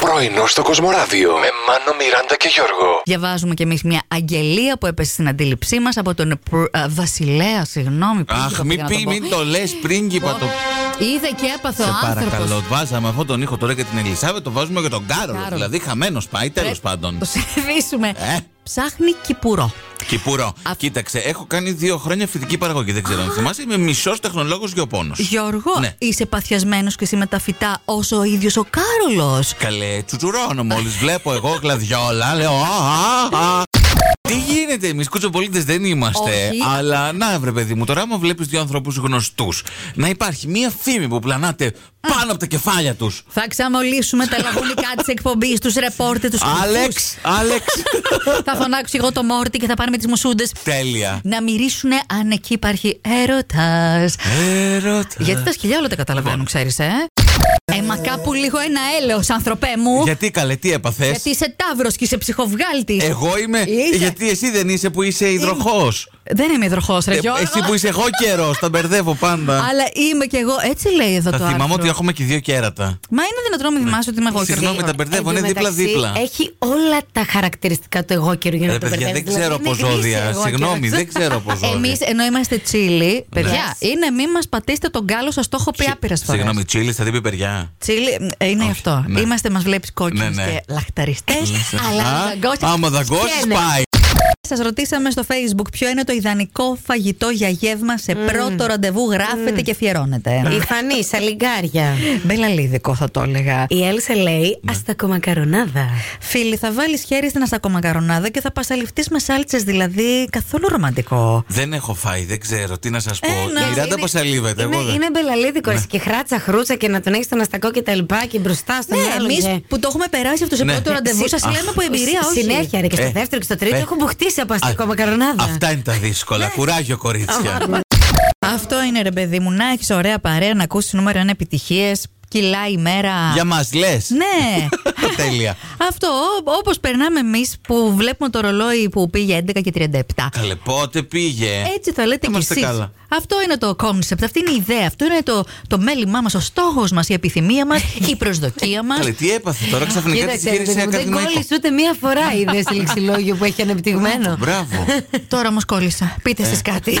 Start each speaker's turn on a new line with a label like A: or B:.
A: Πρωινό στο Κοσμοράδιο με Μάνο, Μιράντα και Γιώργο.
B: Διαβάζουμε κι εμείς μια αγγελία που έπεσε στην αντίληψή μας από τον πρω- α, Βασιλέα. Συγγνώμη,
C: Αχ,
B: πρίγκιπα
C: μην,
B: πήγα να
C: πει,
B: το πω.
C: μην το λες πρίγκιπα το.
B: Είδε και έπαθε ο
C: Σε
B: άνθρωπος.
C: παρακαλώ, βάζαμε αυτόν τον ήχο τώρα για την Ελισάβετ, το βάζουμε για τον Κάρολο.
B: Κάρολο. Ε,
C: Δηλαδή, χαμένος πάει, τέλος πάντων.
B: Το σερβίσουμε.
C: Ε.
B: Ψάχνει κυπουρό.
C: Κυπουρό.
B: Α-
C: Κοίταξε, έχω κάνει δύο χρόνια φοιτητική παραγωγή. Δεν ξέρω αν θυμάσαι. Είμαι μισός τεχνολόγος γεωπόνος.
B: Γιώργο,
C: Ναι.
B: είσαι παθιασμένος και εσύ με τα φυτά όσο ο ίδιος ο Κάρολος.
C: Καλέ, τσουτσουρώνω μόλις βλέπω εγώ γλαδιόλα. Λέω. Α, α, α. Τι γίνεται, εμείς κουτσοπολίτες δεν είμαστε.
B: Όχι.
C: Αλλά να, βρε παιδί μου, τώρα άμα βλέπεις δύο ανθρώπους γνωστούς να υπάρχει μία φήμη που πλανάται πάνω από τα κεφάλια τους.
B: Θα ξαμολύσουμε τα λαγωνικά της εκπομπής, τους ρεπόρτε, του
C: Άλεξ, Άλεξ.
B: Θα φωνάξω εγώ το Μόρτι και θα πάρουμε τις μουσούντες.
C: Τέλεια.
B: Να μυρίσουνε αν εκεί υπάρχει έρωτας.
C: Ερώτα.
B: Γιατί τα σκυλιά όλα τα
C: Ναι.
B: καταλαβαίνουν, ξέρεις, ε. Ε, μα κάπου λίγο ένα έλεος, ανθρωπέ μου.
C: Γιατί καλέ, τι έπαθες.
B: Γιατί είσαι τάβρο και είσαι ψυχοβγάλτης.
C: Εγώ είμαι.
B: Είσαι.
C: Γιατί εσύ δεν είσαι που είσαι υδροχός.
B: Δεν είμαι υδροχός, ρε Γιώργο.
C: Ε, Εσύ που είσαι εγώ καιρός, τα μπερδεύω πάντα.
B: Αλλά είμαι κι εγώ, έτσι λέει εδώ
C: Θα
B: το
C: θυμάμαι
B: άρθρο.
C: ότι έχουμε και δύο κέρατα.
B: Μα είναι δυνατόν να μην θυμάσαι ότι είμαι εγώ.
C: Συγγνώμη,
B: Γιώργο.
C: τα μπερδεύω,
D: Εν
C: είναι
D: τω μεταξύ,
C: δίπλα-δίπλα.
D: Έχει όλα τα χαρακτηριστικά του εγώ καιρού για να
C: Ρε
D: το
C: Ε, παιδιά, δεν
D: μπερδεύεις.
C: ξέρω
D: Δηλαδή,
C: από
D: είναι γνήσιο
C: ζώδια.
D: εγώ
C: Συγγνώμη,
D: καιρός.
C: δεν ξέρω Ναι. από
B: Εμεί,
C: ζώδια.
B: ενώ είμαστε τσίλοι, παιδιά, είναι μη μας πατήστε τον κάλο, σας το έχω πει
C: Σι-
B: άπειρες φορές.
C: Συγγνώμη, τσίλι, θα την πει παιδιά.
B: Τσίλι, ε, είναι
C: Όχι,
B: αυτό.
C: ναι.
B: Είμαστε, μας βλέπεις κόκκινου
C: Ναι, ναι.
B: και λαχταριστές. αλλά
C: Α,
B: αν δαγκώσεις,
C: Άμα δαγκώσεις,
B: σκένε.
C: πάει.
B: Σας ρωτήσαμε στο Facebook ποιο είναι το ιδανικό φαγητό για γεύμα σε πρώτο ραντεβού. Γράφετε και
D: Η
B: αφιερώνετε.
D: Φανή, στα λιγκάρια.
B: Μπελαλίδικο θα το έλεγα.
D: Η Έλσα λέει
C: Ναι.
D: αστακομακαρονάδα.
B: Φίλοι, θα βάλεις χέρι στην αστακομακαρονάδα και θα πασαλιφτείς με σάλτσες, δηλαδή καθόλου ρομαντικό.
C: Δεν έχω φάει, δεν ξέρω τι να σας πω.
B: Ένα,
C: Η Μιράντα
B: Ε, είναι-
C: πασαλίβεται.
D: Είναι,
C: εγώ δεν. Ναι.
D: είναι μπελαλίδικο εσύ και χράτσα χρούτσα και να τον έχεις τον αστακό και τα λοιπά και μπροστά στο
B: Ναι,
D: μυαλό
B: εμείς
D: και-
B: που το έχουμε περάσει αυτό σε
C: Ναι.
B: πρώτο ραντεβού,
D: Συ-
B: σας λέμε από εμπειρία,
D: Συ-
B: όχι.
D: Συνέχεια, ρε, και στο
C: Ε,
D: δεύτερο και στο τρίτο
C: ε.
D: έχω μπουχτίσει από αστακό
C: Α,
D: μακαρονάδα. Ναι.
C: Αυτά είναι τα δύσκολα. Κουράγιο, κορίτσια.
B: Αυτό είναι ρε παιδί μου, να έχεις ωραία παρέα, να ακούσεις νούμερο 1 επιτυχίε, κιλά η μέρα.
C: Για μας λες.
B: Ναι.
C: Τέλεια.
B: Αυτό, όπως περνάμε εμείς που βλέπουμε το ρολόι που πήγε 11 και 37.
C: Καλέ, πότε πήγε.
B: Έτσι θα λέτε κι
C: Είμαστε
B: εσείς.
C: καλά.
B: Αυτό είναι το κόνσεπτ, αυτή είναι η ιδέα, αυτό είναι το, το μέλημά μας, ο στόχος μας, η επιθυμία μας, η προσδοκία μας.
C: Καλέ, τι έπαθε τώρα ξαφνικά τη
D: Κοίταξε, ρε
C: χείρισε
D: παιδί μου, δεν
C: ακαδημαϊκό.
D: κόλλησε ούτε μία φορά είδες λεξιλόγιο που έχει ανεπτυγμένο.
C: Μπράβο.
B: Τώρα όμως κόλλησα.
C: Ε.
B: Πείτε εσείς κάτι.